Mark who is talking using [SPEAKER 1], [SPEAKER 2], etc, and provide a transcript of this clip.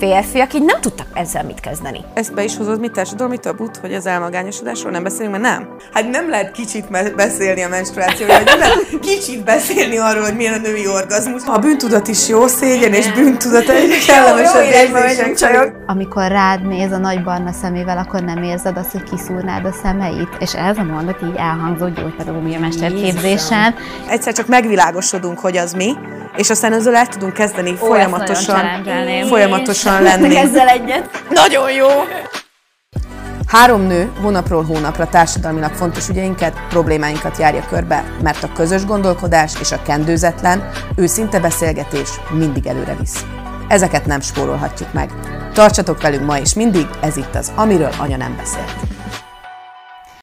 [SPEAKER 1] férfiak így nem tudtak ezzel mit kezdeni.
[SPEAKER 2] Ezt be is hozott mi társadalmi tabut, hogy az elmagányosodásról nem beszélünk, mert nem. Hát nem lehet kicsit me- beszélni a menstruációról, vagy nem lehet kicsit beszélni arról, hogy milyen a női orgazmus. A bűntudat is jó szégyen, és bűntudat egy kellemes
[SPEAKER 1] Jó irányba megyünk,
[SPEAKER 2] érzések, csajok.
[SPEAKER 3] Amikor rád néz a nagy barna szemével, akkor nem érzed azt, hogy kiszúrnád a szemeit. És ez a mondat így elhangzott gyógypedagógia mesterképzésen.
[SPEAKER 2] Egyszer csak megvilágosodunk, hogy az mi, és aztán ezzel el tudunk kezdeni folyamatosan,
[SPEAKER 3] challenge-elném.
[SPEAKER 2] folyamatosan lenni.
[SPEAKER 1] Ezzel egyet.
[SPEAKER 2] Nagyon jó! Három nő hónapról hónapra társadalmilag fontos ügyeinket, problémáinkat járja körbe, mert a közös gondolkodás és a kendőzetlen, őszinte beszélgetés mindig előre visz. Ezeket nem spórolhatjuk meg. Tartsatok velünk ma és mindig, ez itt az Amiről Anya nem beszélt.